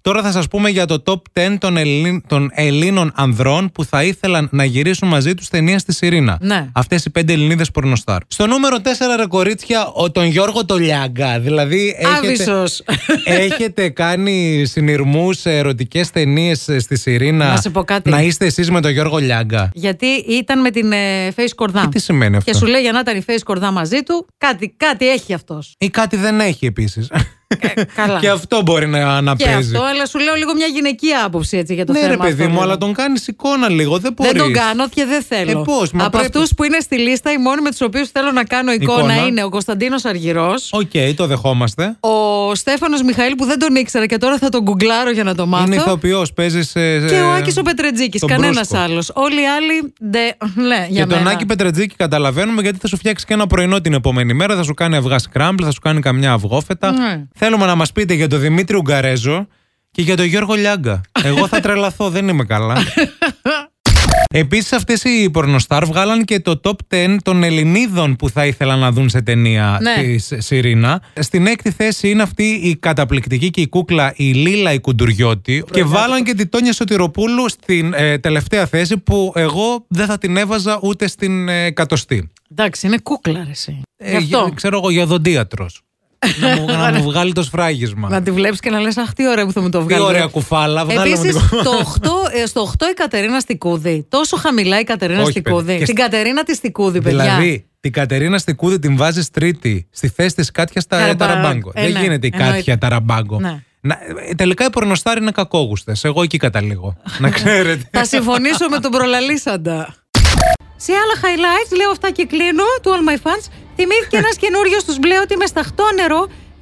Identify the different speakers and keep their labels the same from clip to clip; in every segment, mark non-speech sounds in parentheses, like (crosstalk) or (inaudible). Speaker 1: Τώρα θα σας πούμε για το top 10 των, Ελλην- των Ελλήνων ανδρών που θα ήθελαν να γυρίσουν μαζί τους ταινία στη Σιρήνα.
Speaker 2: Ναι.
Speaker 1: Αυτές οι πέντε Ελληνίδες πορνοστάρ. Στο νούμερο 4 ρε κορίτσια, ο, τον Γιώργο Τολιάγκα. Δηλαδή έχετε, Ε-
Speaker 2: Άβυσος.
Speaker 1: έχετε κάνει συνειρμούς σε ερωτικές ταινίες ε, στη Σιρήνα.
Speaker 2: Να σε πω κάτι.
Speaker 1: Να είστε εσείς με τον Γιώργο Λιάγκα.
Speaker 2: Γιατί ήταν με την ε, Face Κορδά.
Speaker 1: Και τι σημαίνει αυτό?
Speaker 2: Και σου λέει για να ήταν η Face Κορδά μαζί του, κάτι, κάτι έχει αυτός.
Speaker 1: Ή κάτι δεν έχει επίσης.
Speaker 2: Ε, καλά.
Speaker 1: και αυτό μπορεί να, να
Speaker 2: Και
Speaker 1: παίζει.
Speaker 2: αυτό, αλλά σου λέω λίγο μια γυναικεία άποψη έτσι για το
Speaker 1: ναι,
Speaker 2: θέμα.
Speaker 1: ρε παιδί
Speaker 2: αυτό,
Speaker 1: μου,
Speaker 2: λέω.
Speaker 1: αλλά τον κάνεις εικόνα λίγο. Δεν μπορεί.
Speaker 2: Δεν τον κάνω και δεν θέλω.
Speaker 1: Ε, πώς, μα
Speaker 2: Από
Speaker 1: πρέπει.
Speaker 2: αυτούς που είναι στη λίστα, οι μόνοι με τους οποίους θέλω να κάνω εικόνα,
Speaker 1: Εικόνα.
Speaker 2: είναι ο Κωνσταντίνος Αργυρός.
Speaker 1: Οκ, το δεχόμαστε.
Speaker 2: Ο Στέφανος Μιχαήλ που δεν τον ήξερα και τώρα θα τον γκουγκλάρω για να το μάθω.
Speaker 1: Είναι ηθοποιός, παίζεις. Σε...
Speaker 2: Και ο Άκης ο Πετρετζίκη.
Speaker 1: ε, τον
Speaker 2: Κανένα
Speaker 1: Μπρούσκο.
Speaker 2: άλλος. Όλοι οι άλλοι. Δε... Ναι, για
Speaker 1: Και τον
Speaker 2: μένα.
Speaker 1: Άκη Πετρετζίκη καταλαβαίνουμε γιατί θα σου φτιάξει και ένα πρωινό την επόμενη μέρα. Θα σου κάνει αυγά σκράμπλ, θα σου κάνει καμιά αυγόφετα.
Speaker 2: Ναι.
Speaker 1: Θέλουμε να μας πείτε για τον Δημήτρη Ουγγαρέζο και για τον Γιώργο Λιάγκα. Εγώ θα τρελαθώ, δεν είμαι καλά.
Speaker 2: (laughs)
Speaker 1: Επίσης, αυτές οι πορνοστάρ βγάλαν και το top 10 των Ελληνίδων που θα ήθελαν να δουν σε ταινία
Speaker 2: Ναι.
Speaker 1: της Σιρήνα. Στην έκτη θέση είναι αυτή η καταπληκτική και η κούκλα η Λίλα η Κουντουριώτη. Και βάλαν και τη Τόνια Σωτηροπούλου στην ε, τελευταία θέση που εγώ δεν θα την έβαζα ούτε στην ε, εκατοστή.
Speaker 2: Εντάξει, είναι κούκλα, ρε, εσύ. Γι'
Speaker 1: Ε,
Speaker 2: αυτό.
Speaker 1: γε- ξέρω εγώ για δοντίατρος.
Speaker 2: (laughs)
Speaker 1: να, μου, να μου βγάλει το σφράγισμα.
Speaker 2: Να τη βλέπεις και να λες: Αχ, τι ωραία που θα μου το
Speaker 1: Τι
Speaker 2: βγάλει.
Speaker 1: ωραία κουφάλα, βγάλε μου
Speaker 2: Επίσης,
Speaker 1: την κουφάλα.
Speaker 2: ε, στο 8 η Κατερίνα Στικούδη. Τόσο χαμηλά η Κατερίνα
Speaker 1: Όχι,
Speaker 2: Στικούδη.
Speaker 1: παιδιά. Και
Speaker 2: Την
Speaker 1: σ-
Speaker 2: Κατερίνα της Στικούδη, παιδιά.
Speaker 1: Δηλαδή, την Κατερίνα Στικούδη την βάζεις τρίτη στη θέση της Κάτια στα
Speaker 2: Ταραμπα-
Speaker 1: Ταραμπάγκο.
Speaker 2: Ε,
Speaker 1: Δεν
Speaker 2: ναι,
Speaker 1: γίνεται η
Speaker 2: εννοείται.
Speaker 1: Κάτια Ταραμπάγκο.
Speaker 2: Ναι.
Speaker 1: Να- ε, τελικά οι πορνοστάροι είναι κακόγουστες. Εγώ εκεί
Speaker 2: (laughs)
Speaker 1: καταλήγω. Να ξέρετε.
Speaker 2: Θα συμφωνήσω με τον προλαλήσαντα. Σε άλλα highlights, λέω αυτά και κλείνω, του All My Fans, θυμήθηκε ένας καινούριος στους μπλε ότι με σταχτόνερο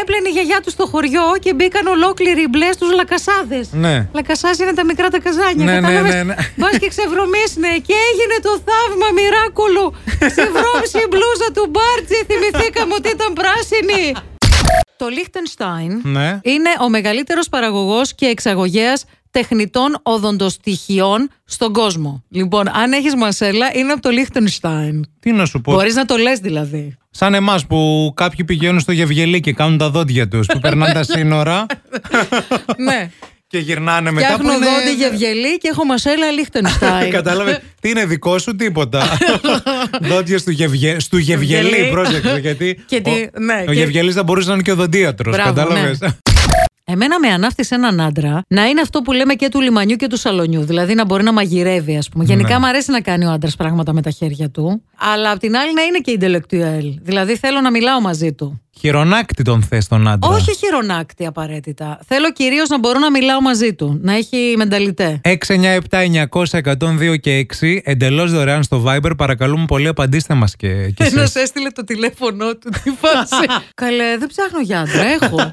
Speaker 2: έπλαινε η γιαγιά του στο χωριό και μπήκαν ολόκληροι οι μπλε στους λακασάδες.
Speaker 1: Ναι.
Speaker 2: Λακασάς είναι τα μικρά τα καζάνια,
Speaker 1: Ναι, ναι,
Speaker 2: κατάλαβες.
Speaker 1: ναι, ναι.
Speaker 2: Μπας και ξεβρωμίσνε και έγινε το θαύμα μοιράκουλου. Ξεβρώμισε η μπλούζα του Μπάρτζη, θυμηθήκαμε ότι ήταν πράσινη. Το Λίχτενστάιν
Speaker 1: Ναι.
Speaker 2: είναι ο μεγαλύτερος παραγωγός και εξαγωγέας τεχνητών οδοντοστοιχειών στον κόσμο. Λοιπόν, αν έχεις μασέλα, είναι από το Λίχτενστάιν.
Speaker 1: Τι να σου πω.
Speaker 2: Μπορείς να το λες
Speaker 1: (laughs)
Speaker 2: δηλαδή.
Speaker 1: Σαν εμάς που κάποιοι πηγαίνουν στο Γευγελί και κάνουν τα δόντια τους, που περνάνε
Speaker 2: (laughs)
Speaker 1: τα σύνορα
Speaker 2: ναι.
Speaker 1: και γυρνάνε μετά.
Speaker 2: Φτιάχνω
Speaker 1: που είναι-
Speaker 2: δόντι γευγελί και έχω μασέλα
Speaker 1: (laughs)
Speaker 2: Λίχτενστάιν.
Speaker 1: Κατάλαβε. Τι είναι δικό σου,
Speaker 2: (laughs)
Speaker 1: τίποτα. Δόντια του, γευγε... του Γευγελί,
Speaker 2: Γευγελί.
Speaker 1: πρόσεξε. Γιατί
Speaker 2: Και τι-
Speaker 1: ο,
Speaker 2: ναι,
Speaker 1: ο
Speaker 2: και-
Speaker 1: Γευγελής θα μπορούσε να είναι και ο δοντίατρο.
Speaker 2: Μπράβο,
Speaker 1: Κατάλαβε.
Speaker 2: ναι. Εμένα με ανάφτισε έναν άντρα να είναι αυτό που λέμε και του λιμανιού και του σαλονιού. Δηλαδή να μπορεί να μαγειρεύει, ας πούμε. Γενικά
Speaker 1: Ναι.
Speaker 2: μου αρέσει να κάνει ο άντρας πράγματα με τα χέρια του. Αλλά απ' την άλλη να είναι και intellectual. Δηλαδή θέλω να μιλάω μαζί του.
Speaker 1: Χειρονάκτη τον θες τον άντρα.
Speaker 2: Όχι χειρονάκτη απαραίτητα. Θέλω κυρίως να μπορώ να μιλάω μαζί του. Να έχει μενταλιτέ.
Speaker 1: 697-900-102 και 6. Εντελώς δωρεάν στο Viber. Παρακαλούμε πολύ, απαντήστε μας και, και
Speaker 2: Ένας
Speaker 1: εσείς.
Speaker 2: έστειλε το τηλέφωνο του, τη φάση. Καλέ, δεν ψάχνω για άντρα, έχω.